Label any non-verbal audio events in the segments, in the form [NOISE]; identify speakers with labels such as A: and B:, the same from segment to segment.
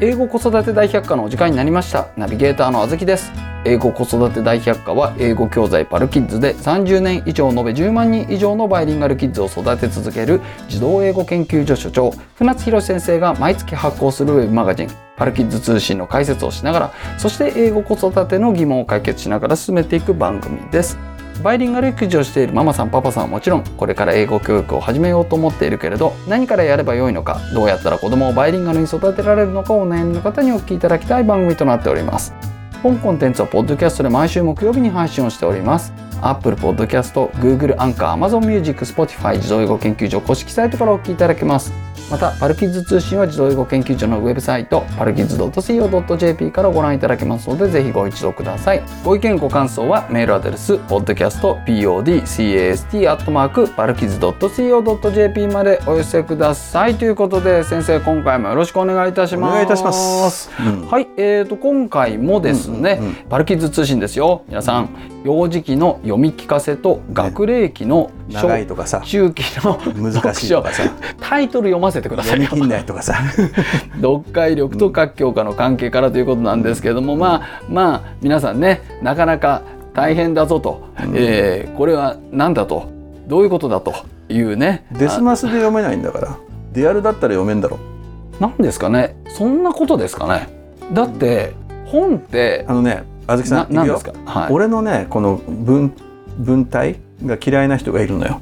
A: 英語子育て大百科のお時間になりましたナビゲーターのあずきです英語子育て大百科は英語教材パルキッズで30年以上延べ10万人以上のバイリンガルキッズを育て続ける児童英語研究所所長船津博先生が毎月発行するウェブマガジンパルキッズ通信の解説をしながらそして英語子育ての疑問を解決しながら進めていく番組ですバイリンガル育児をしているママさんパパさんはもちろんこれから英語教育を始めようと思っているけれど何からやればよいのかどうやったら子供をバイリンガルに育てられるのかお悩みの方にお聞きいただきたい番組となっております本コンテンツはポッドキャストで毎週木曜日に配信をしております Apple Podcast、Google アンカー、Amazon Music、Spotify 自動英語研究所公式サイトからお聞きいただけますまたパルキッズ通信は自動英語研究所のウェブサイトパルキッズ .co.jp からご覧いただけますのでぜひご一読くださいご意見ご感想はメールアドレス podcastpodcast パルキッズ .co.jp までお寄せくださいということで先生今回もよろしくお願いいたし
B: お
A: ます
B: 願いいたします。うん
A: はい、えー、と今回もですね、
B: うんうんうん
A: パルキッズ通信ですよ皆さん幼児期の読み聞かせと学齢期の小
B: 長いとかさ、
A: 中期の
B: [LAUGHS] 難しいとかさ、
A: タイトル読ませてくださ
B: 読
A: い
B: み
A: よ
B: 切んないと
A: [LAUGHS]
B: かさ、
A: 読解力と各教科の関係からということなんですけれども、まあまあ皆さんねなかなか大変だぞと、
B: うん
A: えーこれは何だとどういうことだというね
B: デスマスで読めないんだから、デュアルだったら読めんだろ。
A: 何ですかねそんなことですかねだって本って
B: あのね、あずきさ、
A: なん
B: い
A: 何
B: く
A: で
B: よ
A: す。か、はい、
B: 俺のね、この文文体が嫌いな人がいるのよ。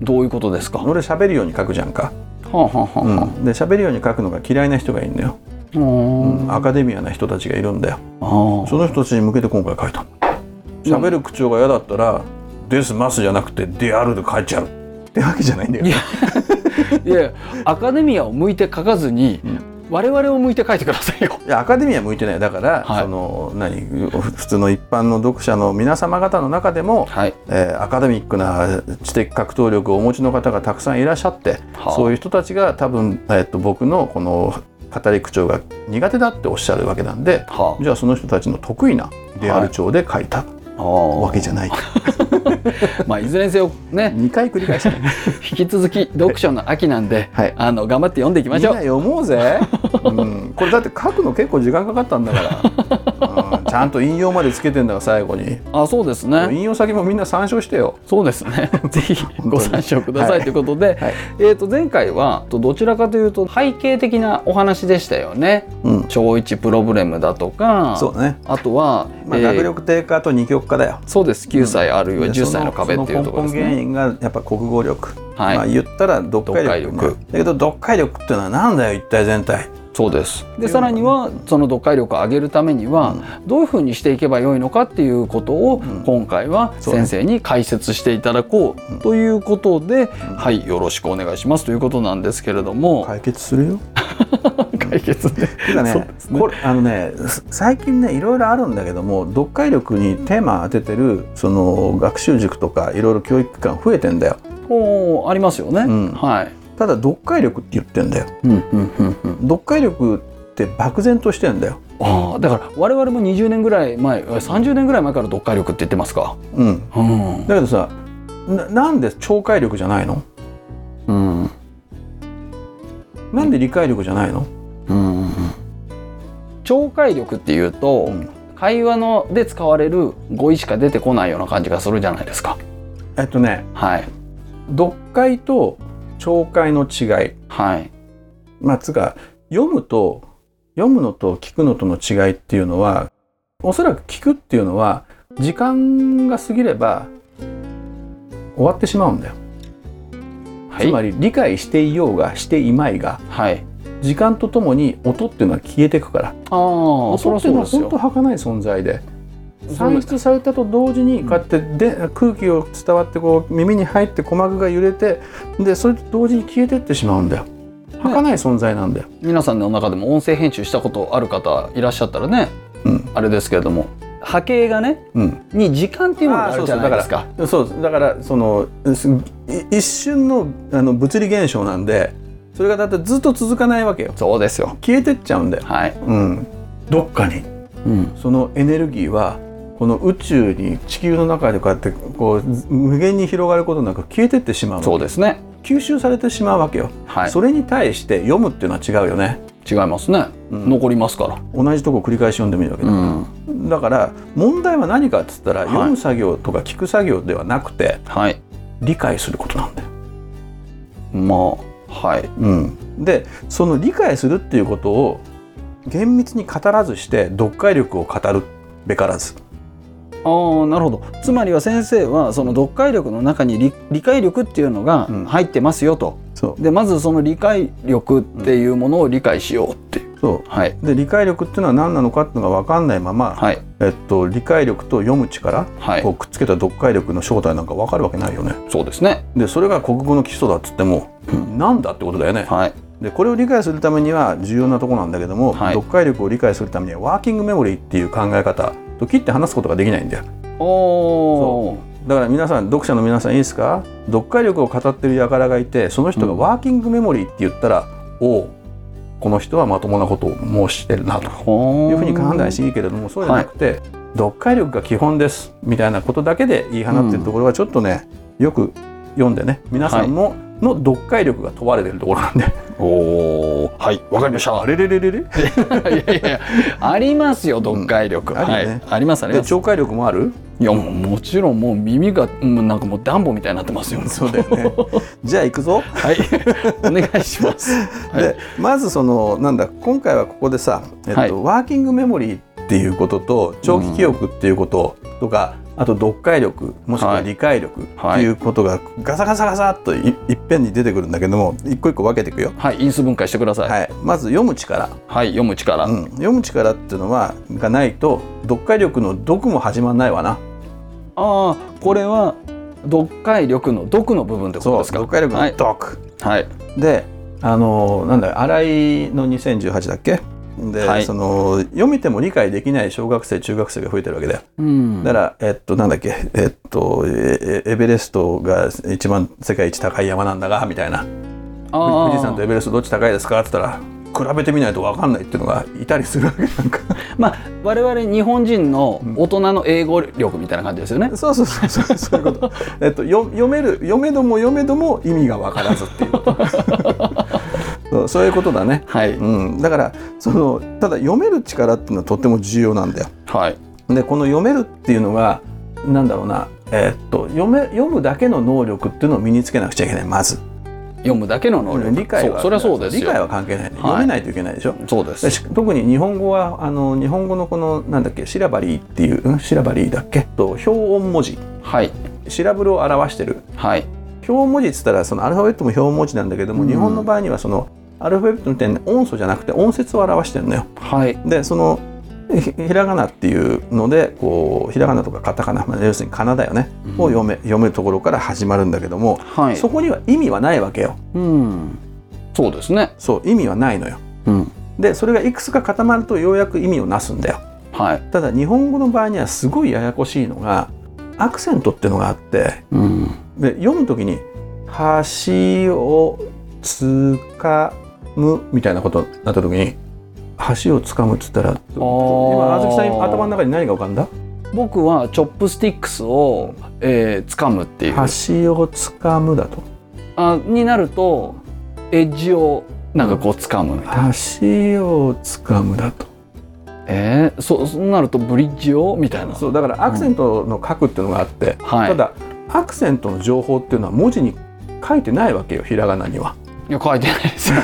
A: どういうことですか、は
B: 俺喋るように書くじゃんか。
A: あはあはあ
B: う
A: は
B: ん。で喋るように書くのが嫌いな人がいるのよ。
A: あ、うん
B: アカデミアな人たちがいるんだよ。
A: あ
B: その人たちに向けて今回書いた。喋る口調が嫌だったら、デスマスじゃなくてデュアルで書いちゃうってわけじゃないんだよ
A: い。やいやアカデミアを向いて書かずに、
B: うん
A: 我々を向いて書いてくださいよ。
B: いやアカデミーは向いてないだから、
A: はい
B: その何普通の一般の読者の皆様方の中でも、
A: はい、
B: えーアカデミックな知的格闘力をお持ちの方がたくさんいらっしゃって、
A: はあ
B: そういう人たちが多分、えっと僕のこの語り口調が苦手だっておっしゃるわけなんで
A: は
B: じゃあその人たちの得意なデュアル調で書いた
A: あ、わ
B: わけじゃない、
A: まあいずれにせよね
B: 2回繰り返
A: [LAUGHS]
B: したね
A: 引き続き読書の秋なん [LAUGHS] で、
B: はい
A: あの頑張って読んでいきま
B: みん
A: しょ
B: な
A: う。
B: 読もうぜ、うん、これだって書くの結構時間かかったんだから、うん、ちゃんと引用までつけてんだから最後に
A: あそうですね。
B: 引用先もみんな参照してよ
A: そうですね。 [LAUGHS] ぜひ
B: に
A: ご参照くださ
B: はい
A: いということで、
B: はい
A: えー、と前回はとどちらかというと背景的なお話でしたよね。
B: うん、
A: 超一プロブレムだとか、
B: そうだね。
A: あとは、
B: まあ、
A: えー
B: 学力低下と二極化だよ。
A: そうです9歳あるいは
B: で
A: 10歳の壁っていうところです
B: その根本
A: ね。
B: 原因がやっぱ国語力。
A: はい
B: まあ、言ったら読
A: 読
B: 解力,、
A: 解力
B: だけど読解力っていうのはなんだよ一体全体。
A: そうですでさらにはその読解力を上げるためにはどういうふうにしていけばよいのかっていうことを
B: ん
A: 今回は
B: そうね
A: 先生に解説していただこうということではいよろしくお願いしますということなんですけれども
B: 解決するよ。
A: 解決で
B: てか
A: そう
B: ね
A: ですね
B: これあのねす最近ねいろいろあるんだけども読解力にテーマ当ててるその学習塾とかいろいろ教育機関増えてんだよ。
A: おーありますよね
B: うん
A: はい
B: ただ読解力って言ってんだよ。
A: うんうんうんうん
B: 読解力って漠然としてんだよ。
A: あーだから我々も20年ぐらい前え30年ぐらい前から読解力って言ってますか
B: うん。
A: うん
B: だけどさななんで聴解力じゃないの
A: うん
B: なんで理解力じゃないの、
A: うん聴解力っていうと、会話ので使われる語彙しか出てこないような感じがするじゃないですか。
B: えっとね
A: はい
B: 読解と聴解の違い
A: はい
B: まあつうか読むと読むのと聞くのとの違いっていうのはおそらく聞くっていうのは時間が過ぎれば終わってしまうんだよ、
A: は
B: つま
A: い
B: り理解していようがしていまいが
A: はい。
B: 時間とともに音っていうのは消えていくから
A: ああそ
B: 音
A: り
B: っ
A: ゃ
B: ていう
A: そうで
B: の
A: す
B: は本当
A: よ。
B: 儚い存在で
A: そう
B: 産出されたと同時に
A: うん
B: こうやってで空気を伝わってこう耳に入って鼓膜が揺れてでそれと同時に消えてってしまうんだよ儚い存在なんだよ、
A: 皆さんの中でも音声編集したことある方いらっしゃったらね
B: うん
A: あれですけれども波形がね
B: うん
A: に時間っていうものがあるじゃないですか。
B: そうですだからそのすい一瞬のあの物理現象なんでそれがだってずっと続かないわけよ
A: そうですよ。
B: 消えてっちゃうんだよ、
A: はい。
B: うん、どっかに
A: うん
B: そのエネルギーはこの宇宙に地球の中でこうやってこう無限に広がることなく消えてってしまうの
A: そうですね。
B: 吸収されてしまうわけよ
A: はい。
B: それに対して読むっていうのは違うよね。
A: 違いますね、
B: うん
A: 残りますから、
B: 同じとこ繰り返し読んでもいいわけだ,、
A: ん、
B: だから問題は何かっつったら、
A: い
B: 読む作業とか聞く作業ではなくて
A: はい
B: 理解することなんだよ。
A: まあはい
B: うん、でその理解するっていうことを厳密に語らずして読解力を語るべからず。
A: ああなるほどつまりは先生はその読解力の中に理理解力っていうのが
B: うん
A: 入ってますよと、
B: そう
A: でまずその理解力っていうものを理解しようっていう、
B: そう
A: はい
B: で理解力っていうのは何なのかっていうのが分かんないまま、
A: はい
B: えっと、理解力と読む力
A: はい
B: をくっつけた読解力の正体なんか分かるわけないよね。
A: そうですね
B: でそれが国語の基礎だっつっても、
A: うん
B: なんだってことだよね。
A: はい
B: でこれを理解するためには重要なとこなんだけども、
A: はい
B: 読解力を理解するためにはワーキングメモリーっていう考え方と切って話すことができないんだよ。
A: おー
B: だから皆さん読者の皆さんいいですか読解力を語ってる輩がいてその人が
A: うん
B: ワーキングメモリーって言ったら、おおこの人はまともなことを申してるなと
A: ほー
B: いうふうに判断していいけれどもそうじゃなくて、読解力が基本ですみたいなことだけで言い放ってるところはちょっとね、よく読んでね皆さんも、の読解力が問われてるところなんで
A: おーはいわかりました
B: あれれれれれ
A: [LAUGHS] いやいやいやありますよ読解力、
B: うん
A: は
B: あ
A: い
B: るよね
A: ありますあり
B: で
A: ます
B: 聴解力もある
A: いやもうもちろんもう耳がもうなんかもう暖房みたいになってますよ
B: そうだよね
A: [LAUGHS]
B: じゃあ行くぞ、
A: はい [LAUGHS] お願いしますはい
B: でまずそのなんだ今回はここでさ、えっと
A: はい
B: ワーキングメモリーっていうことと長期記憶っていうこととか、あと読解力もしくは理解力って
A: はい
B: いうことがガサガサガサっといいっぺんに出てくるんだけども一個一個分けていくよ。
A: はい因数分解してくださいはい、
B: はい、まず読む力、
A: 読む力、
B: うん、読む力っていうのはがないと読解力の読も始まんないわな
A: ああこれは読解力の読の部分ってことですか
B: 読解力の
A: はい、
B: 読、
A: はい、
B: であのなんだ新井の2018だっけで、
A: はい
B: その読めても理解できない小学生中学生が増えてるわけだよ
A: うん
B: だから、えっと、なんだっけ、えっと、ええエベレストが一番世界一高い山なんだが、みたいな。富士山とエベレストどっち高いですかって言ったら、比べてみないとわかんないっていうのがいたりするわけなんか。
A: まあ我々日本人の大人の英語力みたいな感じですよね、
B: [LAUGHS] そうそうそうそう、そういうこと。 [LAUGHS] えっと、よ読める、読めども読めども意味がわからずっていうこと。 [LAUGHS] そうそういうことだね。
A: はい、
B: うん、だからそのただ読める力っていうのはとっても重要なんだよ。
A: はい
B: でこの読めるっていうのがなんだろうな、えーっと読め読むだけの能力っていうのを身につけなくちゃいけないまず
A: 読むだけの能力
B: 理解は
A: そうそれはそうですよ
B: 理解は関係ない、読めないといけないでしょ
A: そうで
B: ですし特に日本語はあの日本語のこのなんだっけシラバリーっていう、うん、シラバリーだっけと表音文字
A: はい
B: シラブルを表してる
A: はい
B: 表音文字っつったらそのアルファベットも表音文字なんだけども、
A: うん
B: 日本の場合にはそのアルファベットの点で音素じゃなくて音節を表してるのよ
A: はい
B: でそのひひらがなっていうのでこうひらがなとかカタカナ、まあ、要するにカナだよね、
A: うん
B: を読め読めるところから始まるんだけども、
A: はい
B: そこには意味はないわけよ
A: うんそうですね
B: そう意味はないのよ
A: うん
B: でそれがいくつか固まるとようやく意味をなすんだよ
A: はい
B: ただ日本語の場合にはすごいややこしいのがアクセントっていうのがあって
A: うん
B: で読む時に「橋をつかむ」みたいなことになった時に「橋をつかむ」っつったら今あずきさん頭の中に何が浮かんだ
A: 僕はチョップスティックスを、えー、掴むっていう
B: 橋をつかむだと
A: あになるとエッジをなんかこう掴むみたいな、
B: 橋をつかむだと
A: えー、そそうなるとブリッジをみたいな
B: そうだからアクセントの書くっていうのがあって、
A: はい
B: ただアクセントの情報っていうのは文字に書いてないわけよひらがなにはい
A: や書いてないです
B: [LAUGHS]
A: よ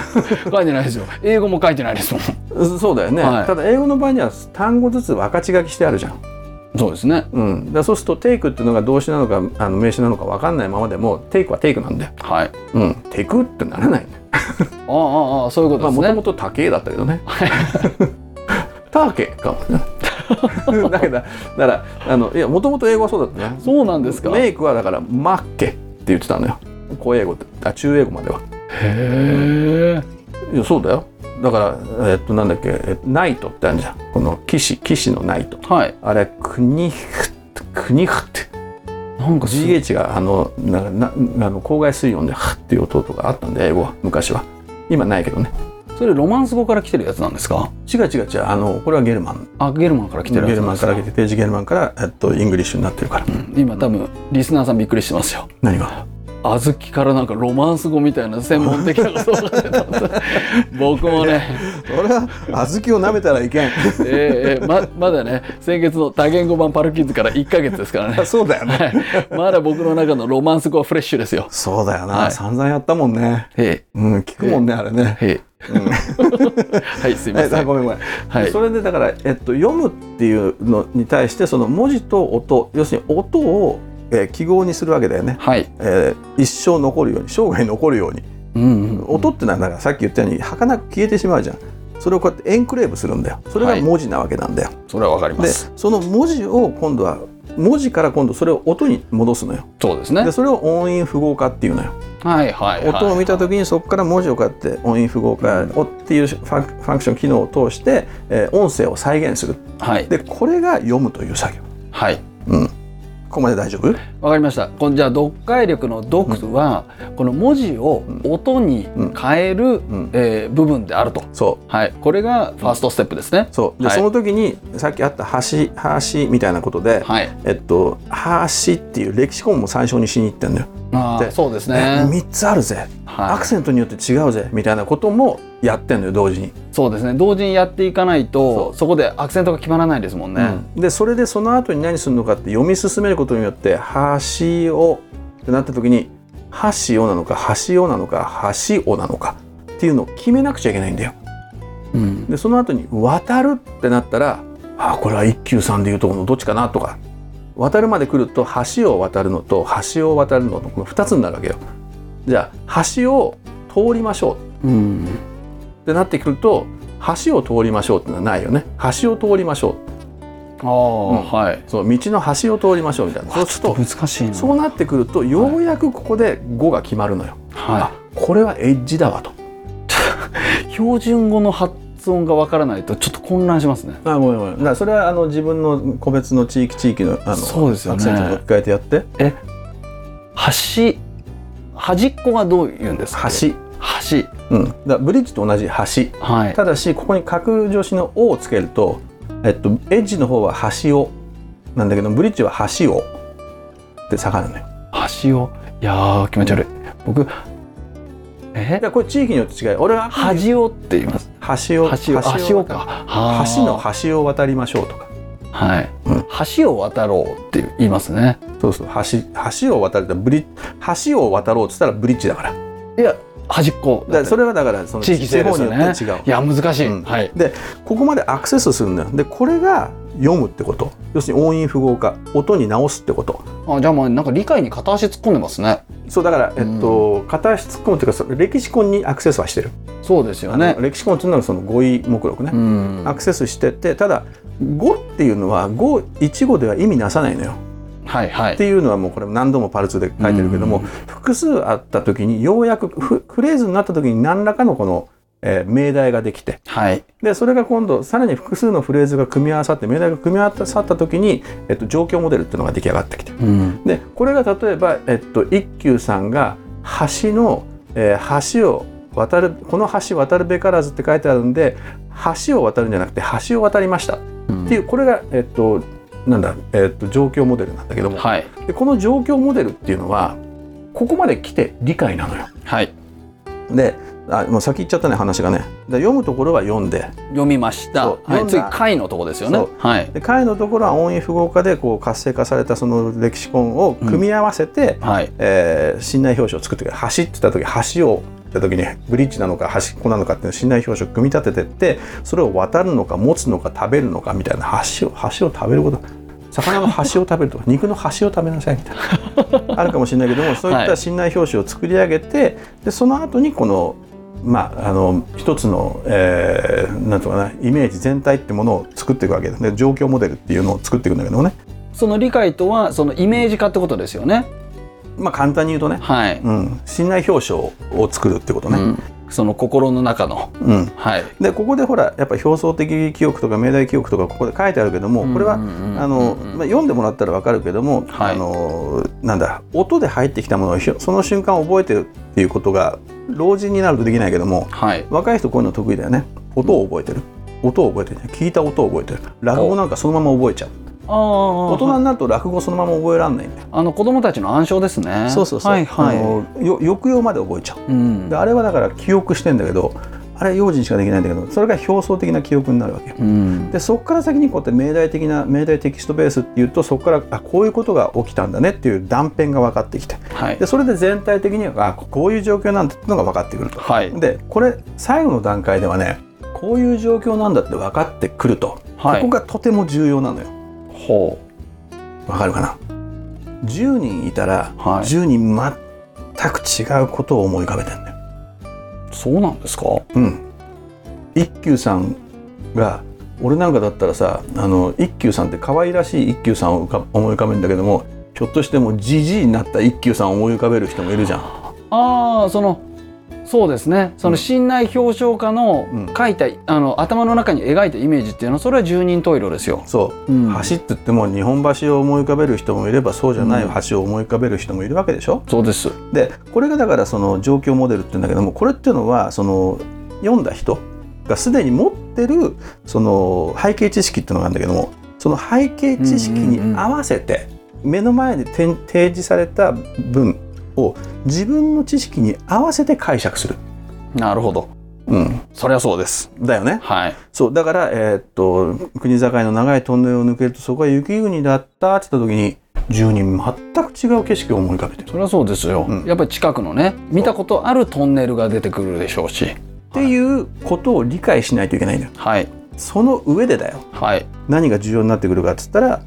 A: 書いてないですよ英語も書いてないですもん
B: うそうだよね、
A: はい
B: ただ英語の場合には単語ずつ分かち書きしてあるじゃん、
A: そうですね
B: うん、だからそうすると「テイク」っていうのが動詞なのかあの名詞なのか分かんないままでも「テイク」は「テイク」なんで
A: はい
B: 「うん、テイク」ってならない
A: ああああああそういうこと
B: まあ
A: です
B: も
A: ね、
B: ともと「たけ」だったけど
A: [LAUGHS]
B: ね「たけ」かもねだけどだからあのいやもともと英語はそうだったね
A: そうなんですか
B: メイクはだから「マッケ」って言ってたのよ高英語ってあ中英語までは
A: へえ
B: いやそうだよだからえっとなんだっけえナイトってあるじゃんこの騎士騎士のナイト
A: はい
B: あれクニフってクニフって
A: なんかす
B: GH があのなななあの郊外水温でハッっていう音とかあったんで英語は昔は今ないけどね
A: それロマンス語から来てるやつなんですか
B: 違う違う違うあのこれはゲルマン
A: あゲルマンから来て
B: ゲ
A: るやつ
B: ル
A: なん
B: マン
A: です
B: から来てページゲルマンからえっとイングリッシュになってるから
A: 今多分リスナーさんびっくりしてますよ
B: 何が
A: 小豆からなんかロマンス語みたいな専門的なことが出た
B: [LAUGHS]
A: 僕もね、
B: 俺は小豆を舐めたらいけん
A: え
B: [LAUGHS]
A: ーえーままだね先月の多言語版パルキッズから1ヶ月です
B: [LAUGHS]
A: からね
B: そうだよね
A: まだ僕の中のロマンス語はフレッシュですよ。
B: そうだよな、
A: はい
B: 散々やったもんね
A: へ
B: うん聞くもんねあれね
A: いへい
B: [LAUGHS]
A: はいすいませ
B: え
A: ん。
B: ごめんごめん、
A: はい
B: それでだから、えっと、読むっていうのに対してその文字と音要するに音を、えー記号にするわけだよね、
A: はい。
B: えー一生残るように生涯残るように、
A: うんうんうん
B: 音ってのはだからさっき言ったように儚く消えてしまうじゃんそれをこうやってエンクレーブするんだよそれが
A: はい
B: 文字なわけなんだよ、
A: それはわかりま。
B: ですその文字を今度は文字から今度それを音に戻すのよ
A: そうですね
B: で。それを音韻符号化っていうのよ
A: はいはいはい。
B: 音を見た時にそこから文字をこうやって音韻符号化をっていうファンファンクション機能を通して、えー音声を再現する
A: はい
B: でこれが読むという作業
A: はい。
B: うんここまで大丈夫
A: わかりました。このじゃあ読解力の読は、この文字を音に変える、
B: ん
A: えー部分であると。
B: そう
A: はい。これがファーストステップですね。
B: そうで、
A: はい
B: その時にさっきあった橋「橋」みたいなことで、
A: はい。
B: えっと「橋」っていう歴史コンも参照にしに行ってんのよ、
A: あ
B: で
A: あそうですね。
B: え3つあるぜア
A: は
B: クセントによって違うぜみたいなこともやってんのよ同時に、
A: い。そうですね。同時にやっていかない
B: そ
A: と
B: う
A: そこでアクセントが決まらないですもんね。
B: うんでそれでその後に何するのかって読み進めることによって「橋を」ってなった時に「橋を」なのか「橋を」なのか「橋を」なのかっていうのを決めなくちゃいけないんだよ
A: うん
B: でその後に「渡る」ってなったら「あこれは一休さんでいうとこのどっちかな」とか「渡る」まで来ると橋を渡るのと橋を渡るのとこの2つになるわけよ。じゃあ橋を通りましょう
A: うん。
B: ってなってくると橋を通りましょうってのはないよね橋を通りましょ
A: ああ、はい。
B: うそう道の橋を通りましょうみたいなそうすると
A: 難しいな。
B: そうなってくるとようやくここで語が決まるのよ。
A: は
B: あこれはエッジだわと。
A: い。標準語の発音がわからないとちょっと混乱しますね。
B: あごめんごめん。だからそれはあの自分の個別の地域地域のあの
A: そうですよね
B: アクセントに置き換えてやって。
A: 端端っこがどう言うんですか。
B: 橋。
A: 端。
B: うん、だからブリッジと同じ橋
A: はい。
B: ただしここに角助詞の「お」をつけると、えっと、エッジの方は「橋を」なんだけどブリッジは「橋を」って下がるのよ
A: 端をいやー気持ち悪い僕え
B: だからこれ地域によって違い俺は
A: 端をって言います
B: 橋を
A: 端を
B: 橋
A: 端
B: を
A: をかはー
B: 橋の橋を渡りましょうとか
A: はい、
B: うん
A: 橋を渡ろうって言いますね
B: そうそう橋橋を渡るってブリッ橋を渡ろうっつったらブリッジだからだか
A: いや端っこ
B: らそれはだからその
A: 地域性ですよ
B: 地方によ
A: ね
B: って違う
A: いや難しい、
B: うん
A: はい
B: でここまでアクセスするんだよでこれが読むってこと要するに音韻符号化音に直すってこと
A: あじゃあもうなんか理解に片足突っ込んでますね
B: そうだから、えっと片足突っ込むというかそのレキシコンにアクセスはしてる、
A: そうですよ
B: あ
A: ね
B: のレキシコンというのはその語彙目録ね、
A: うん
B: ア
A: は
B: クセスしててただ語っていうのは語一語では意味なさないのよ
A: いはい
B: っていうのはもうこれ何度もパルツで書いてるけども、
A: うん
B: 複数あった時にようやくフフレーズになった時に何らかのこの、えー命題ができて
A: はい
B: でそれが今度さらに複数のフレーズが組み合わさって命題が組み合わさった時に、えっと、状況モデルっていうのが出来上がってきて
A: うん
B: でこれが例えば、えっと、一休さんが橋の、えー橋を渡るこの橋渡るべからずって書いてあるんで橋を渡るんじゃなくて橋を渡りましたっ
A: うん
B: ていうこれが、えっとなんだ、えっと状況モデルなんだけども、
A: はい
B: でこの状況モデルっていうのはここまで来て理解なのよ。
A: はい
B: であもう先言っちゃったね話がね。で読むところは読んで
A: 読みました、
B: そう
A: はい、
B: 読ん
A: 次
B: だ
A: 解のとこですよね
B: そう
A: はい
B: で解のところは音韻符号化でこう活性化されたその歴史根を組み合わせて、
A: はい
B: えー信頼表紙を作ってくる橋って言った時橋を言った時にブリッジなのか端っこなのかっていう信頼表紙を組み立ててってそれを渡るのか持つのか食べるのかみたいな橋を橋を食べること魚の端を食べるとか [LAUGHS] 肉の端を食べなさいみたい
A: [LAUGHS]
B: なあるかもしれないけどもそういっ
A: は
B: た
A: い
B: 信頼表紙を作り上げて、でその後にこのまあ、あの一つの、えー、なんとかなイメージ全体ってものを作っていくわけですね状況モデルっていうのを作っていくんだけどもね、
A: その理解とはそのイメージ化ってことですよね
B: まあ、簡単に言うとね、
A: はい、
B: うん、信頼表彰を作るってことね、
A: うんその心の中の
B: うん
A: はい
B: でここでほらやっぱ表層的記憶とか命題記憶とかここで書いてあるけどもこれは、
A: うんうんうんうん
B: あのまあ、読んでもらったら分かるけども、
A: はい
B: あのなんだ音で入ってきたものをひょその瞬間覚えてるっていうことが老人になるとできないけども
A: はい
B: 若い人こういうの得意だよね音を覚えてる音を覚えてる聞いた音を覚えてる落語なんかそのまま覚えちゃう
A: ああ
B: 大人になると落語そのまま覚えられないんだよ、
A: あの子供たちの暗唱ですね
B: そうそうそう、
A: はいはい
B: あのよ抑揚まで覚えちゃう
A: うん
B: であれはだから記憶してんだけどあれ用心しかできないんだけどそれが表層的な記憶になるわけよ
A: うん
B: でそこから先にこうやって命題的な命題テキストベースっていうとそこからあこういうことが起きたんだねっていう断片が分かってきて
A: はい
B: でそれで全体的にはあこういう状況なんだってのが分かってくると。
A: はい
B: でこれ最後の段階ではねこういう状況なんだって分かってくると、
A: はい
B: ここがとても重要なのよ。
A: ほ
B: わかるかな ?10 人いたら、
A: はい
B: 10人全く違うことを思い浮かべてんだよ。
A: うそうなんですか
B: うん。一休さんが俺なんかだったらさあの一休さんって可愛らしい一休さんを浮か思い浮かべるんだけどもひょっとしてもうじじいになった一休さんを思い浮かべる人もいるじゃん。
A: ああそのそうですねその信頼表彰家の
B: うん
A: 書いた、あの頭の中に描いたイメージっていうのはそれは十人十色ですよ。
B: そう
A: うん
B: 橋って言っても日本橋を思い浮かべる人もいればそうじゃない
A: うん
B: 橋を思い浮かべる人もいるわけでしょ、
A: そうです。
B: でこれがだからその状況モデルって言うんだけどもこれっていうのはその読んだ人がすでに持ってるその背景知識っていうのがあるんだけどもその背景知識に合わせて目の前でてん提示された文を自分の知識に合わせて解釈する。
A: なるほど。
B: うん、
A: そりゃそうです。
B: だよね。
A: はい。
B: そうだから、えーっと国境の長いトンネルを抜けるとそこが雪国だったって言った時に住人全く違う景色を思い浮かべてる
A: そりゃそうですよ。
B: うん
A: やっぱり近くのね見たことあるトンネルが出てくるでしょうし。
B: っていうことを理解しないといけないんだよ。
A: はい
B: その上でだよ
A: はい。
B: 何が重要になってくるかっつったら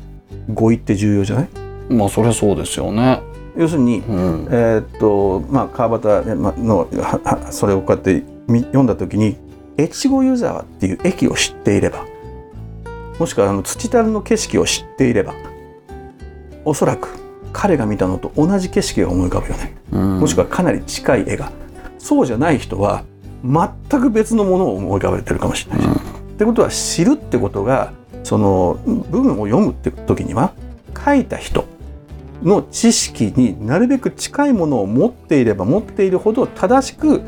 B: 語彙って重要じゃない
A: まあそりゃそうですよね。
B: 要するに、
A: うん。
B: えーっとまあ川端ねまのははそれをこうやってみ読んだ時に越後湯沢っていう駅を知っていればもしくはあの土樽の景色を知っていればおそらく彼が見たのと同じ景色が思い浮かぶよね、
A: うん
B: もしくはかなり近い絵がそうじゃない人は全く別のものを思い浮かべてるかもしれないじゃんってことは知るってことがその文を読むって時には書いた人の知識になるべく近いものを持っていれば持っているほど正しく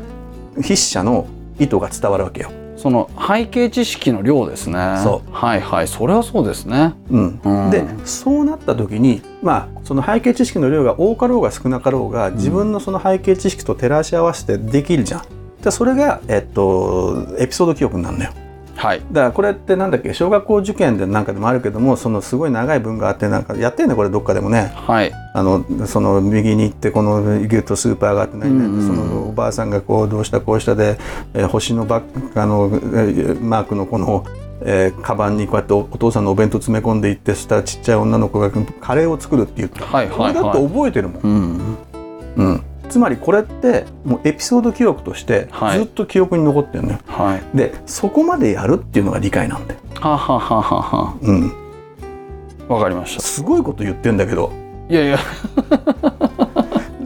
B: 筆者の意図が伝わるわけよ。
A: その背景知識の量ですね。。
B: そう
A: はいはい。それはそうですね。
B: うん
A: うん
B: でそうなった時に、まあ、その背景知識の量が多かろうが少なかろうが自分のその背景知識と照らし合わせてできるじゃん。でそれが、えっと、エピソード記憶になるのよ。
A: はい。
B: だからこれってなんだっけ小学校受験でなんかでもあるけどもそのすごい長い文があってなんかやってんねこれどっかでもね
A: はい。
B: あのその右に行ってこのギュッとスーパーがあって何々、
A: うんうん
B: そのおばあさんがこうどうしたこうしたで、えー星のバッグあの、えーマークのこの、えーカバンにこうやっておお父さんのお弁当詰め込んでいってそしたらちっちゃい女の子がカレーを作るって言って、
A: はい
B: こ
A: は
B: れ
A: い
B: だっ
A: は
B: て
A: い。
B: 覚えてるもん、
A: うん。
B: うんつまりこれってもうエピソード記憶として
A: はい
B: ずっと記憶に残ってるのよ、
A: はい。
B: でそこまでやるっていうのが理解なんで、
A: ははははは
B: うん、
A: は。わかりました。
B: すごいこと言ってんだけど
A: いやいや。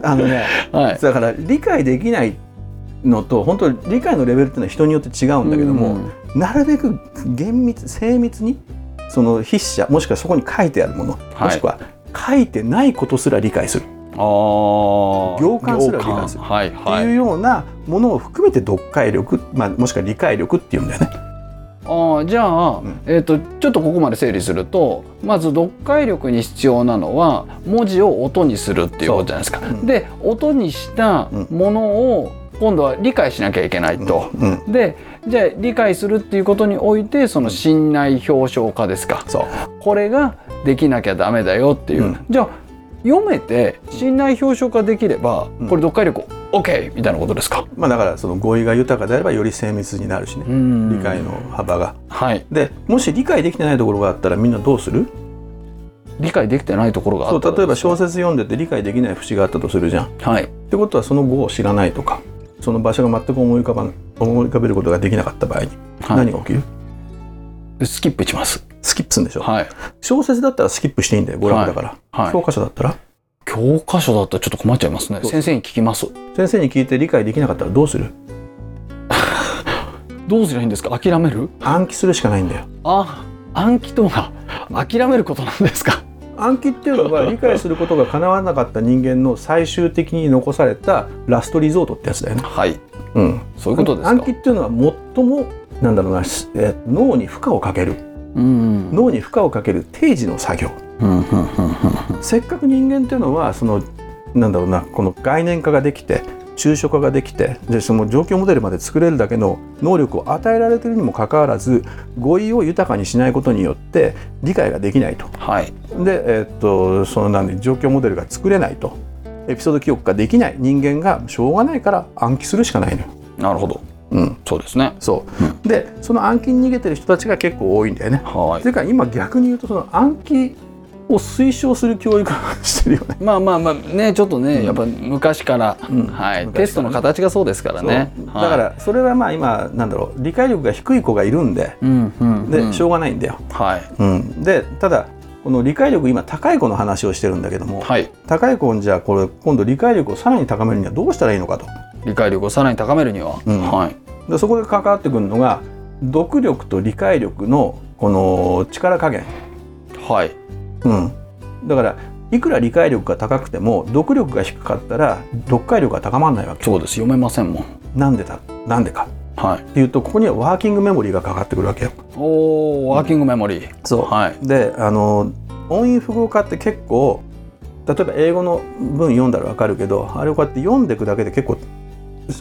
B: あの [LAUGHS] ね
A: はい。
B: だから理解できないのと本当に理解のレベルっていうのは人によって違うんだけども、なるべく厳密精密にその筆者もしくはそこに書いてあるもの、
A: はい
B: もしくは書いてないことすら理解するっ
A: ああ
B: 行間すら理解する
A: はい
B: て
A: はい
B: いうようなものを含めて読解力、まあ、もしくは理解力っていうんだよね。
A: ああじゃあ、
B: うん
A: えっとちょっとここまで整理するとまず読解力に必要なのは文字を音にするっていうことじゃないですか、
B: そううん
A: で音にしたものを今度は理解しなきゃいけないと、
B: うん、
A: でじゃあ理解するっていうことにおいてその信頼表彰化ですか
B: そう
A: これができなきゃダメだよっていう、
B: うん
A: じゃあ読めて信頼表彰化できれば、
B: うん
A: これ読解力 OK みたいなことですか、
B: まあ、だからその語彙が豊かであればより精密になるしね、
A: ん
B: 理解の幅が。
A: はい
B: でもし理解できてないところがあったらみんなどうする
A: 理解できてないところがあっ
B: そ
A: た
B: う例えば小説読んでて理解できない節があったとするじゃん。っ
A: はい
B: てことはその語を知らないとかその場所が全く思い浮かばん思い浮かべることができなかった場合に
A: は
B: 何が起きる、
A: いスキップします
B: スキップするんでしょ、
A: はい
B: 小説だったらスキップしていいんだよ娯楽だから、
A: はい
B: 教科書だったら
A: 教科書だったらちょっと困っちゃいますね
B: そう
A: 先生に聞きます
B: 先生に聞いて理解できなかったらどうする
A: どうすりゃいいんですか諦める
B: 暗記するしかないんだよ
A: あ暗記とは諦めることなんですか
B: 暗記っていうのは理解することが叶わなかった人間の最終的に残されたラストリゾートってやつだよね、
A: はい
B: うん、
A: そういうことですか
B: 暗記っていうのは最もなんだろうな、しえー脳に負荷をかける
A: うん
B: 脳に負荷をかける定時の作業
A: うんうんうん
B: せっかく人間っていうのはそのなんだろうなこの概念化ができて抽象化ができてでその状況モデルまで作れるだけの能力を与えられているにもかかわらず語彙を豊かにしないことによって理解ができないと。
A: はい
B: で、えーっとそのなんで状況モデルが作れないとエピソード記憶ができない人間がしょうがないから暗記するしかないのよ。
A: なるほど
B: うん、
A: そうですね
B: そう、でその暗記に逃げてる人たちが結構多いんだよね。
A: は
B: ていうか今逆に言うとその暗記を推奨する教育をしてるよね。
A: いまあまあまあねちょっとね、やっぱ昔から、
B: ん
A: はい
B: 昔からね
A: テストの形がそうですからね
B: そうだ
A: はい
B: からそれはまあ今なんだろう理解力が低い子がいるんで
A: うんうん
B: で、
A: うん
B: しょうがないんだよ。
A: はい
B: うん、でただこの理解力今高い子の話をしてるんだけども、
A: はい
B: 高い子にじゃあこれ今度理解力をさらに高めるにはどうしたらいいのかと。
A: 理解力をさらに高めるには、
B: うん
A: はい
B: でそこで関わってくるのが読力と理解力のこの力加減、
A: はい
B: うん、だからいくら理解力が高くても読力が低かったら読解力が高まらないわけ
A: そうです読めませんもん
B: なんでだなんでか
A: はい
B: っていうとここにはワーキングメモリーがかかってくるわけよ。
A: おーワーキングメモリー
B: そう
A: はい
B: であの音韻符号化って結構例えば英語の文読んだらわかるけどあれをこうやって読んでいくだけで結構、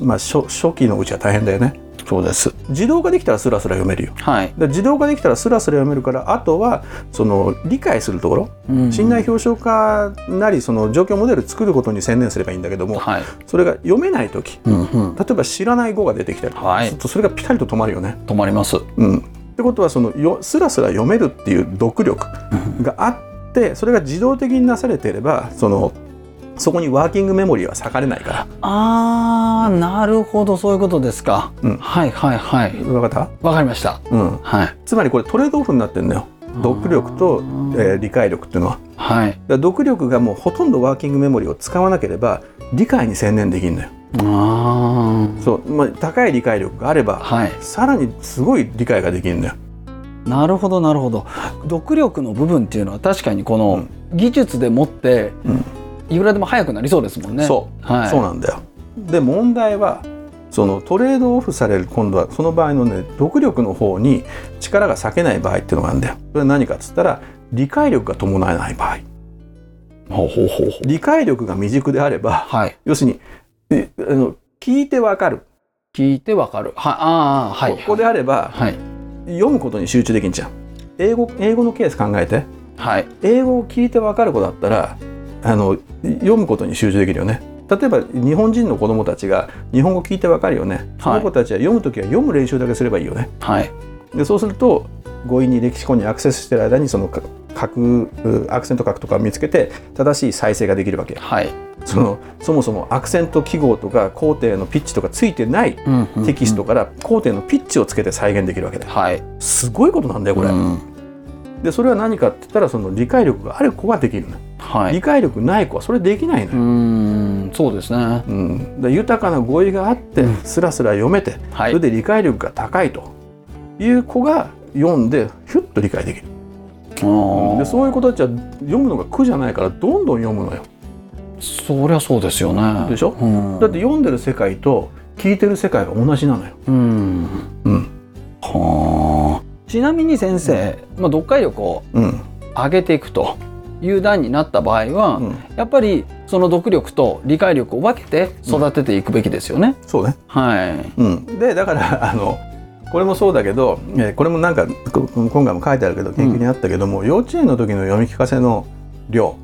B: まあ、初初期のうちは大変だよね。
A: そうです
B: 自動化できたらスラスラ読めるよ。
A: はい、
B: で自動化できたらスラスラ読めるからあとはその理解するところ
A: うん
B: 信頼表彰化なりその状況モデル作ることに専念すればいいんだけども
A: はい、
B: それが読めない時
A: うんうん、
B: 例えば知らない語が出てきたり、
A: はい
B: するとそれがピタリと止まるよね。
A: 止まります
B: うん、ってことはそのよスラスラ読めるっていう読力があってそれが自動的になされていればそのそこにワーキングメモリーは割かれないから
A: あーなるほどそういうことですか、
B: うん
A: はいはいはい
B: 分かった、
A: わかりました
B: うん、
A: はい
B: つまりこれトレードオフになってるのよ読力と、えー理解力っていうのはだか
A: はい
B: ら読力がもうほとんどワーキングメモリーを使わなければ理解に専念できるのよ
A: あ
B: そう、まあ、高い理解力があれ
A: あ
B: ば
A: はい
B: さらにすごい理解ができるのよ
A: なるほどなるほど読力の部分っていうのは確かにこの技術でもって、
B: うん
A: いくらでも早くなりそうですもんね
B: そう
A: はい
B: そうなんだよ。で問題はそのトレードオフされる今度はその場合のね読力の方に力が割けない場合っていうのがあるんだよ。それは何かっつったら理解力が伴えない場合
A: ほうほうほうほう
B: 理解力が未熟であれば
A: はい
B: 要するにえあの聞いてわかる、
A: 聞いてわかるはいああはい
B: ここであれば
A: はい
B: 読むことに集中できんじゃん。英語英語のケース考えて
A: はい
B: 英語を聞いてわかる子だったらあの読むことに集中できるよね例えば日本人の子供たちが日本語聞いてわかるよね、その子たちは読む時は読む練習だけすればいいよね
A: はい
B: でそうすると語彙に歴史語にアクセスしてる間にそのか書くうアクセント書くとかを見つけて正しい再生ができるわけ
A: はい、
B: そのそもそもアクセント記号とか工程のピッチとかついてない
A: うんうん
B: テキストから工程のピッチをつけて再現できるわけだよ
A: はい
B: すごいことなんだよこれ、
A: うん
B: でそれは何かって言ったらその理解力がある子ができるの
A: はい
B: 理解力ない子はそれできないの
A: うー
B: よ。
A: んそうですね
B: うん、だから豊かな語彙があってスラスラ読めて、
A: は
B: それ
A: い
B: で理解力が高いという子が読んでヒュッと理解できる
A: あ
B: で
A: あ
B: そういう子たちは読むのが苦じゃないからどんどん読むのよ
A: そりゃそうですよね
B: でしょ
A: うん、
B: だって読んでる世界と聞いてる世界が同じなのよ、
A: うん
B: うん
A: はあちなみに先生、まあ、読解力を
B: うん
A: 上げていくという段になった場合は、
B: うん、
A: やっぱりその読力と理解力を分けて育てていくべきですよね。
B: そうね、
A: はい。
B: うん、でだから [LAUGHS] あのこれもそうだけど、えーこれもなんかこ今回も書いてあるけど研究にあったけども、幼稚園の時の読み聞かせの量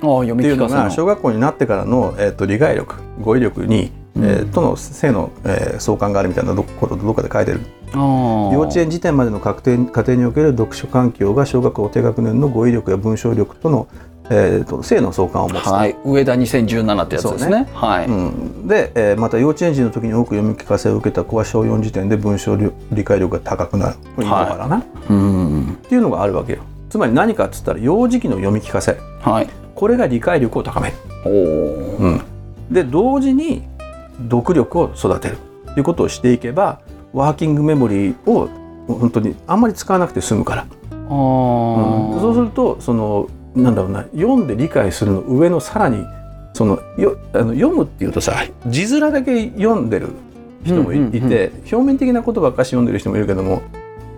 A: あ読
B: っ
A: み
B: ていう
A: 聞
B: の
A: か
B: が
A: せ
B: 小
A: の。
B: 学校になってからの、えー、と理解力語彙力に、えー
A: うん
B: との性の、えー相関があるみたいなどことどっかで書いてる
A: ああ
B: 幼稚園時点までの確定家庭における読書環境が小学校低学年の語彙力や文章力との、えーと性の相関を持つと、
A: はい。上田2017ってやつです
B: そ
A: ね。はい、
B: うん、で、えーまた幼稚園児の時に多く読み聞かせを受けた子は小4時点で文章力理解力が高くなるこれ今からな、っ
A: うん。
B: ていうのがあるわけよつまり何かっつったら幼児期の読み聞かせ
A: はい。
B: これが理解力を高める
A: おお。
B: で同時に読力を育てるということをしていけばワーキングメモリーを本当にあんまり使わなくて済むから、うん
A: あ
B: そうするとそのなんだろうな読んで理解するの上のさらにそのよあの読むっていうとさ字面だけ読んでる人もい,、
A: うんうんうん
B: いて表面的なことばっかし読んでる人もいるけども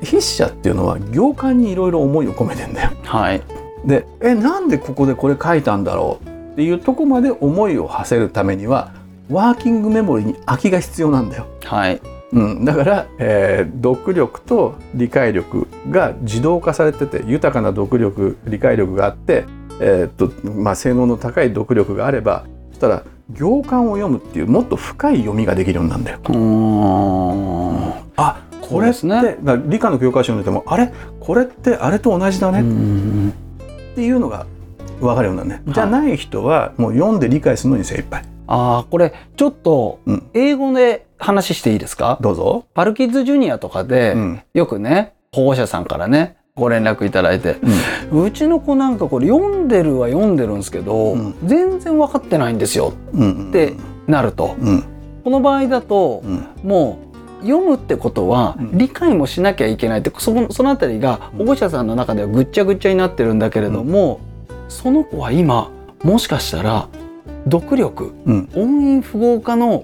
B: 筆者っていうのは行間にいろいろ思いを込めてんだよ。
A: はい
B: でえなんでここでこれ書いたんだろうっていうとこまで思いを馳せるためにはワーキングメモリーに空きが必要なんだよ。
A: はい
B: うん、だから、えー読力と理解力が自動化されてて豊かな読力理解力があって、えーっとまあ、性能の高い読力があればそしたら行間を読むっていうもっと深い読みができるようになるんだよ。
A: うーん
B: あこれって、
A: そうで
B: だから理科の教科書に出てもあれこれってあれと同じだね
A: うん
B: っていうのが分かるようになるね、
A: はい
B: じゃない人はもう読んで理解するのに精一杯
A: ああこれちょっと
B: うん
A: 英語で話していいですか
B: どうぞ、
A: パルキッズジュニアとかで、
B: うん
A: よくね保護者さんからねご連絡いただいて
B: う
A: うちの子なんかこれ読んでるは読んでるんですけど、
B: うん
A: 全然分かってないんですよ
B: んうん、
A: でなると
B: うん
A: この場合だと
B: う、ん
A: もう読むってことは
B: うん
A: 理解もしなきゃいけないってそのそのあたりが
B: うん
A: 保護者さんの中ではぐっちゃぐっちゃになってるんだけれども、その子は今もしかしたら読力
B: うん
A: 音韻符号化の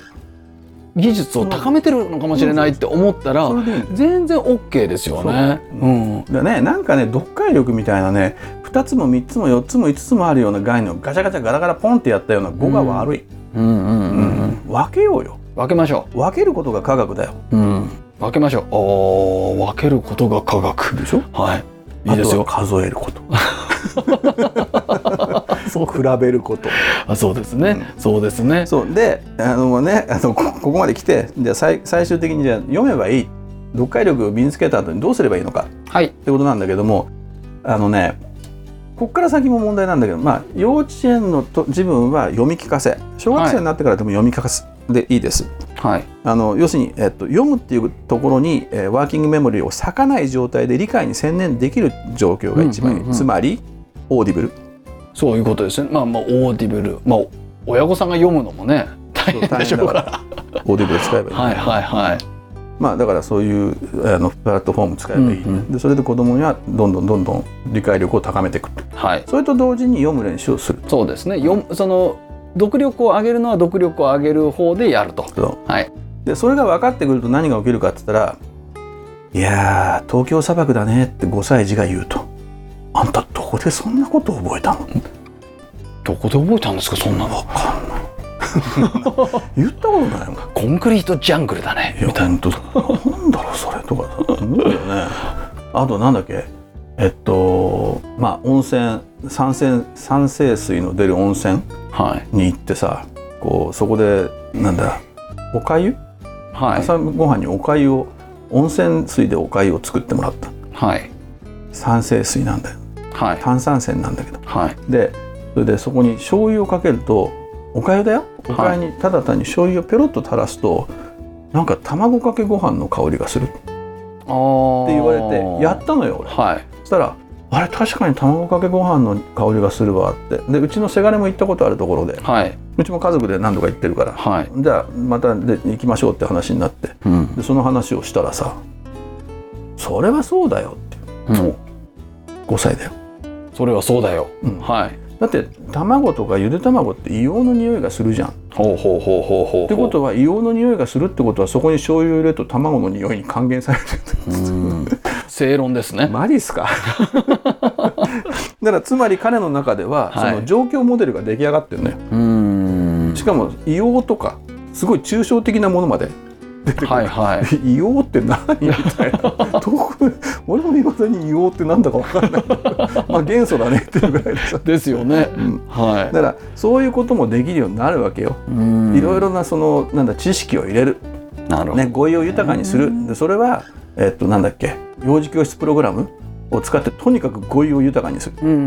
A: 技術を高めてるのかもしれないって思ったら
B: それでいいんだよ
A: 全然 OK ですよね。
B: そう
A: うん
B: だね、なんかね読解力みたいなね2つも3つも4つも5つもあるような概念をガチャガチャガラガラポンってやったような語が悪い、
A: うんうんう
B: うん
A: うん
B: 分けようよ
A: 分けましょ
B: 分けることが科学だよ
A: う、うん、分けましょうおー分けることが科学
B: でしょ
A: はいいいですよ
B: あとは数えること
A: [LAUGHS]
B: [LAUGHS] 比べること
A: あそうですね、そうですね
B: そうであのねあのこここまで来てじゃあ最最終的にじゃあ読めばいい読解力を身につけた後にどうすればいいのか
A: はい
B: ってことなんだけどもあのねこっから先も問題なんだけどまあ幼稚園のと自分は読み聞かせ小学生になってからでも読み聞かせでいいです、
A: はい
B: あの要するに、えっと、読むっていうところに、えーワーキングメモリーを割かない状態で理解に専念できる状況が一番いい、
A: うんうんうん
B: つまりオーディブル
A: そういうことですね。まあまあオーディブル、まあ親御さんが読むのもね大変でしょうから。
B: オーディブル使えばいい、
A: はいはいはい。
B: まあ、だからそういうあのプラットフォーム使えばいい、
A: うんうん
B: でそれで子供にはどんどんどんどん理解力を高めていくと
A: はい。
B: それと同時に読む練習をする
A: そうですね。読むその読力を上げるのは読力を上げる方でやると。
B: と
A: はい。
B: でそれが分かってくると何が起きるかって言ったら「いやー東京砂漠だね」って5歳児が言うと「あんたどこでそんなこと覚えたの?」
A: どこで覚えたんですかそんなの。
B: [LAUGHS] 言ったことないもん
A: コンクリートジャングルだね
B: いや
A: みたい
B: 本当だなんだろうそれとかさ思うよねあとなんだっけえっとまあ温泉酸泉酸性水の出る温泉
A: な。はい
B: に行ってさこうそこでなんだおかゆ、
A: はい
B: 朝ごはんにおかゆを温泉水でおかゆを作ってもらった
A: はい
B: 酸性水なんだよ
A: はい
B: 炭酸泉なんだけど
A: はい。
B: でそれでそこに醤油をかけるとおかゆだよおかゆにただ単に醤油をペロッと垂らすとなんか卵かけご飯の香りがするって
A: ああ。
B: 言われてやったのよ俺
A: はい
B: そしたら「あれ確かに卵かけご飯の香りがするわ」ってでうちのせがれも行ったことあるところで
A: はい。
B: うちも家族で何度か行ってるから
A: はい、
B: じゃあまたで行きましょうって話になって
A: うん、
B: でその話をしたらさ「それはそうだよ」っ
A: う
B: て、
A: ん
B: もう5歳だよ、
A: それはそうだよ。
B: うん
A: はい。
B: だって卵とかゆで卵って硫黄の匂いがするじゃんっ
A: ほうほうほうほうほう。
B: てことは硫黄の匂いがするってことはそこに醤油を入れると卵の匂いに還元される
A: うん。正論ですね。
B: マジっすかだからつまり彼の中では、
A: はい
B: その状況モデルが出来上がってるのよ
A: うん。
B: しかも硫黄とかすごい抽象的なものまで出てくる、
A: はいはい。
B: 硫黄って何みた [LAUGHS] いなどこ俺もいまだに硫黄ってなんだか分かんないけどまあ元素だねっていうぐらいでさ、
A: ですよね。
B: うん、
A: は
B: だからそういうこともできるようになるわけよ、
A: い。
B: いろいろなそのなんだ知識を入れる、
A: ろなるほど。
B: ね、語彙を豊かにするでそれはえっとなんだっけ幼児教室プログラムを使ってとにかく語彙を豊かにする
A: うんうんう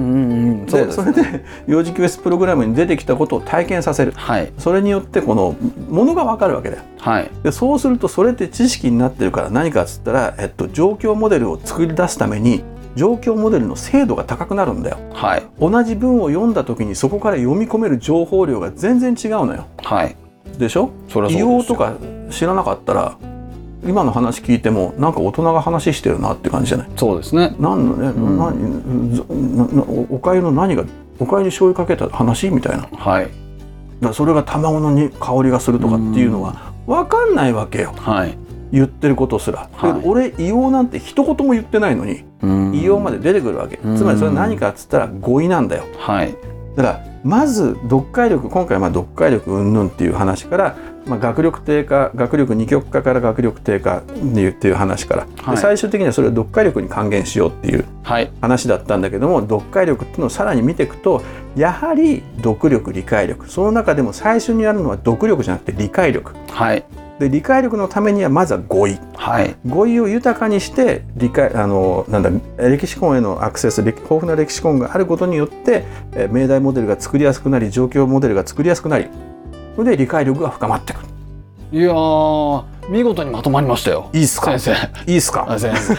A: ん。そう
B: で
A: で
B: そ
A: す
B: れ
A: ね。
B: で幼児教室プログラムに出てきたことを体験させる
A: はい
B: それによってこのものが分かるわけだよ
A: はい
B: でそうするとそれって知識になってるから何かっつったら、えっと、状況モデルを作り出すために状況モデルの精度が高くなるんだよ
A: はい
B: 同じ文を読んだ時にそこから読み込める情報量が全然違うのよ
A: はい。
B: でしょ
A: それはそうですよ
B: 硫黄とか知らなかったら今の話聞いてもなんか大人が話してるなって感じじゃない
A: そうですね。
B: 何のね、何ずななおおかゆの何がおかゆに醤油かけた話みたいなだか
A: はい
B: らそれが卵のに香りがするとかっていうのは分かんないわけよ
A: はい。
B: い言ってることすら、
A: はい
B: だけど俺硫黄なんて一言も言ってないのに
A: うん
B: 硫黄まで出てくるわけ、
A: うん
B: つまりそれは何かっつったら語彙なんだよ
A: はい
B: だからまず読解力今回まあ読解力云々っていう話から、まあ、学力低下学力二極化から学力低下っていうっていう話から、で
A: はい
B: 最終的にはそれを読解力に還元しようっていう
A: はい
B: 話だったんだけども読解力っていうのをさらに見ていくとやはり読力理解力その中でも最初にやるのは読力じゃなくて理解力
A: はい
B: で理解力のためにはまずは語彙
A: はい
B: 語彙を豊かにして理解あのなんだ歴史根へのアクセス歴豊富な歴史根があることによってえー命題モデルが作りやすくなり状況モデルが作りやすくなりそれで理解力が深まってくる
A: いやー見事にまとまりましたよ
B: いいっすか
A: 先
B: い
A: 生
B: いっすか
A: あ先生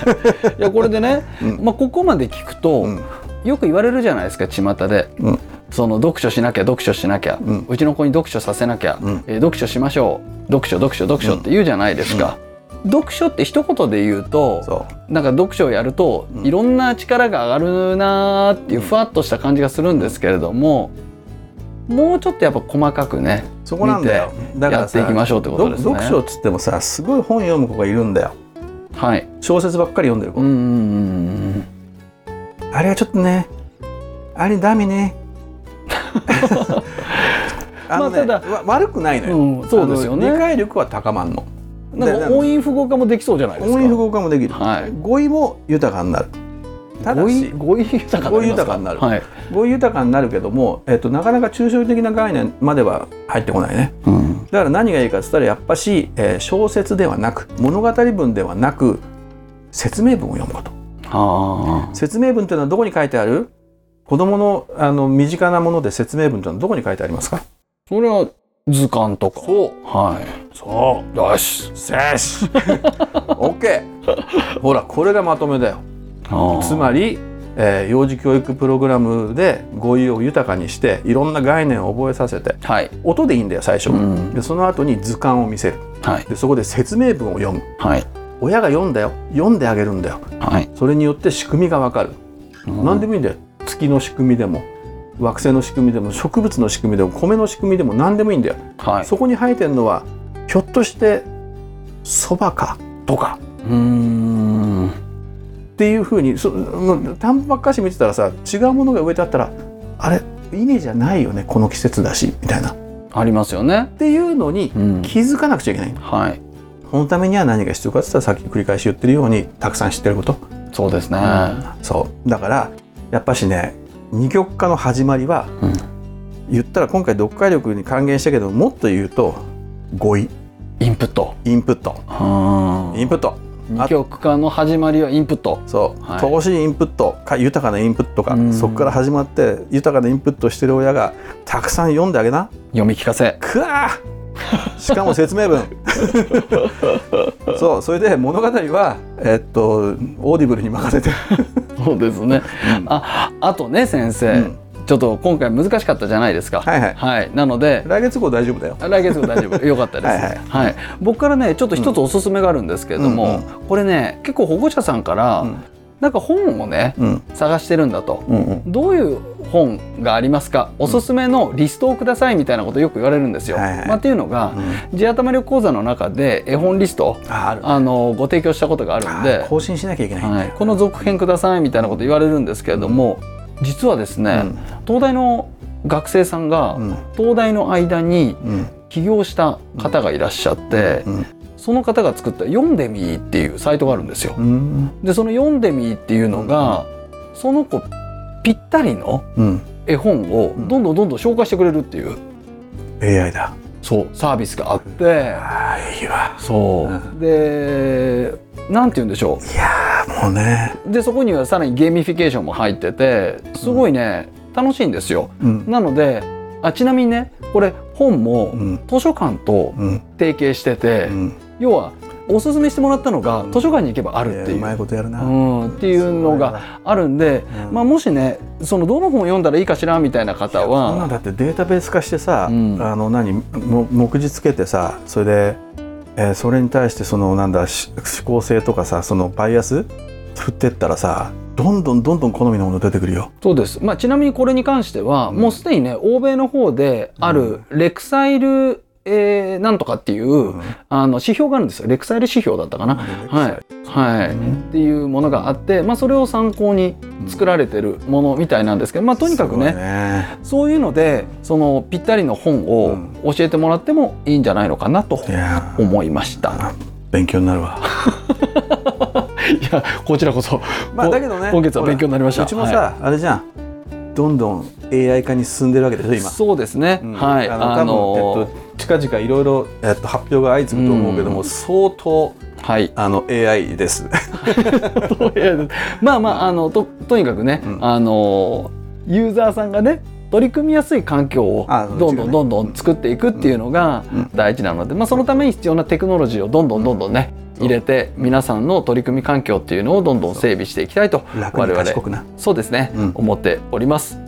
A: いやこれでね、
B: うん
A: まあ、ここまで聞くと、
B: うん
A: よく言われるじゃないですか巷で、
B: うん
A: その読書しなきゃ読書しなきゃ、
B: う
A: うんちの子に読書させなきゃ、
B: うん
A: えー読書しましょう読書読書読書って言うじゃないですか、読書って一言で言うと
B: そ
A: なんか読書をやると、
B: うん
A: いろんな力が上がるなーっていう
B: うん
A: ふわっとした感じがするんですけれどももうちょっとやっぱ細かくね
B: うそこなんだよだか
A: や
B: ら
A: って
B: さ
A: いきましょうってこと
B: 読
A: ですね。
B: 読書っつってもさすごい本読む子がいるんだよ
A: はい、
B: 小説ばっかり読んでる子、
A: うんうんうんうん
B: あれはちょっとねあれダメねあのね、
A: [LAUGHS] まあ
B: わ悪くないのよ、
A: うん、そうですよ
B: あの理
A: ね。
B: 解力は高まんの
A: なんか音韻符号化もできそうじゃないですか。
B: 音韻符号化もできる、
A: はい
B: 語彙も豊かになるただ
A: 語彙
B: し
A: 語彙豊かになりますか
B: 語彙豊かになる
A: はい。
B: 語彙豊かになるけども、えっとなかなか抽象的な概念までは入ってこないね
A: うん。
B: だから何がいいかっつったらやっぱし、えー小説ではなく物語文ではなく説明文を読むこと
A: あ
B: 説明文というのはどこに書いてある子供のあの身近なもので説明文というのはどこに書いてありますか
A: ーそれは図鑑とか。
B: そう
A: はい。
B: そ
A: よし。
B: うせーし [LAUGHS] オッケーほらこれがまとめだよ
A: あ
B: つまり、えー幼児教育プログラムで語彙を豊かにしていろんな概念を覚えさせて
A: り。はい。
B: 音でいいんだよ最初、
A: うん
B: でその後に図鑑を見せる
A: はい。
B: でそこで説明文を読む
A: はい。
B: 親が読んだよ読んであげるんだよ
A: はい。
B: それによって仕組みがわかる何でもいいんだよ月の仕組みでも惑星の仕組みでも植物の仕組みでも米の仕組みでも何でもいいんだよ、
A: はい。
B: そこに生えてるのはひょっとしてそばかとか
A: うーん。
B: っていうふうにそうん単ばっかし見てたらさ違うものが植えてあったらあれ稲じゃないよねこの季節だしみたいなっ
A: ありますよね。
B: ていうのに
A: うん。
B: 気づかなくちゃいけない
A: はい。
B: そのためには何が必要かって言ったらさっき繰り返し言ってるようにたくさん知ってること、
A: そうですね。
B: そうだからやっぱしね二極化の始まりは
A: うん。
B: 言ったら今回読解力に還元したけどもっと言うと語彙
A: インプット。
B: インプット
A: あ
B: インプット
A: 二極化の始まりはインプット。
B: そう、
A: はい
B: 乏しいインプットか豊かなインプットか
A: うん
B: そこから始まって豊かなインプットしてる親がたくさん読んであげな
A: 読み聞かせ。
B: くわ
A: [LAUGHS]
B: ーしかも説明文そうそれで物語はえっとオーディブルに任せて、
A: そうですね。あ、あとね先生、
B: うん
A: ちょっと今回難しかったじゃないですか。
B: はいはい
A: はい。なので、
B: 来月号大丈夫だよ
A: 来月も大丈夫よかったです
B: はい
A: はい僕からねちょっと一つおすすめがあるんですけれども、
B: うん
A: これね結構保護者さんから、
B: うん
A: なんか本をね
B: うん
A: 探してるんだと
B: うんうん
A: どういう本がありますかおすすめのリストをくださいみたいなことよく言われるんですよ。
B: はいはい
A: まあ、っていうのが、地頭力講座の中で絵本リスト
B: あある
A: あのご提供したことがあるん
B: あ
A: で
B: ー、更新しなきゃいけないんだ
A: は
B: よ
A: い、この続編くださいみたいなこと言われるんですけれども、実はですね、東大の学生さんが、
B: うん
A: 東大の間に
B: うん
A: 起業した方がいらっしゃって、
B: うん
A: その方が作った「読んでみー」っていうサイトがあるんですよ
B: う。ん
A: でその「読んでみー」っていうのが、その子ぴったりの
B: うん
A: 絵本をどんどんどんどん紹介してくれるっていう、
B: AI だ
A: そうサービスがあって
B: ああいいわ
A: そう、
B: うん
A: でなんて言うんでしょ
B: いやーもうね
A: うでそこにはさらにゲーミフィケーションも入っててすごいね、楽しいんですよ。
B: うん
A: なのであちなみにねこれ本も
B: うん
A: 図書館と
B: うん
A: 提携してて。
B: うん
A: 要はおすすめしてもらったのが図書館に行けばあるってい。
B: えーうまいうことやる
A: う
B: な、
A: ん、っていうのがあるんで、
B: うん
A: まあ、もしねそのどの本を読んだらいいかしらみたいな方
B: そんなん
A: は
B: だってデータベース化してさ、
A: うん
B: あの何も目次つけてさそれで、えーそれに対してそのなんだし指向性とかさそのバイアス振ってったらさどんどんどんどん好みのもの出てくるよ。
A: そうです、まあ、ちなみにこれに関しては、
B: うん
A: もうすでにね欧米の方であるレクサイルえーなんとかっていう、
B: うん
A: あの指標があるんですよレクサイル指標だったかな、はいはい、
B: うん
A: っていうものがあって、まあ、それを参考に作られてるものみたいなんですけど、まあ、とにかくね
B: そうだ
A: そういうのでそのぴったりの本を教えてもらってもいいんじゃないのかなと
B: いやー
A: 思いました。
B: 勉強になるわ
A: いやこちらこそ、
B: まあだけどね
A: 今月は勉強になりました。
B: うちもさ、あれじゃんどんどん AI 化に進んでるわけでしょ
A: はい
B: 今
A: そうですね、
B: うん
A: はい
B: あの多分、えっと、近々いろいろ、えっと、発表が相次ぐと思うけども、
A: うん
B: 相当 [LAUGHS]
A: はい
B: あの
A: [LAUGHS]
B: AI です。
A: いやまあまああのととにかくね、
B: うん
A: あのユーザーさんがね取り組みやすい環境を
B: あそう
A: どん
B: です
A: ど
B: よ
A: んどん
B: ね
A: どん作っていくっていうのが
B: うん
A: 大事なので、まあ、そのために必要なテクノロジーをどんどんどんどんね
B: そう
A: 入れて皆さんの取り組み環境っていうのをどんどん整備していきたいと
B: 楽に賢くな。
A: そうですね、
B: うん
A: 思っております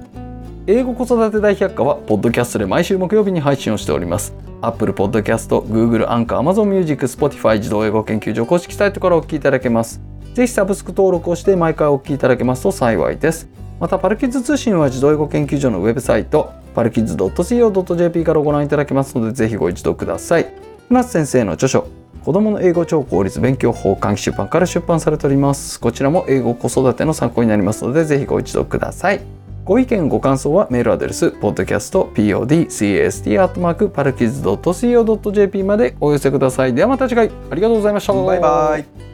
A: 英語子育て大百科はポッドキャストで毎週木曜日に配信をしております Apple Podcast、Google アンカー、Amazon Music、Spotify 自動英語研究所公式サイトからお聞きいただけますぜひサブスク登録をして毎回お聞きいただけますと幸いですまたパルキッズ通信は自動英語研究所のウェブサイトパルキッズ .co.jp からご覧いただけますのでぜひご一読ください船津先生の著書子供の英語超効率勉強法換気出版から出版されておりますこちらも英語子育ての参考になりますのでぜひご一読くださいご意見ご感想はメールアドレス podcastpodcast.parkids.co.jp までお寄せくださいではまた次回ありがとうございました
B: バイバイ。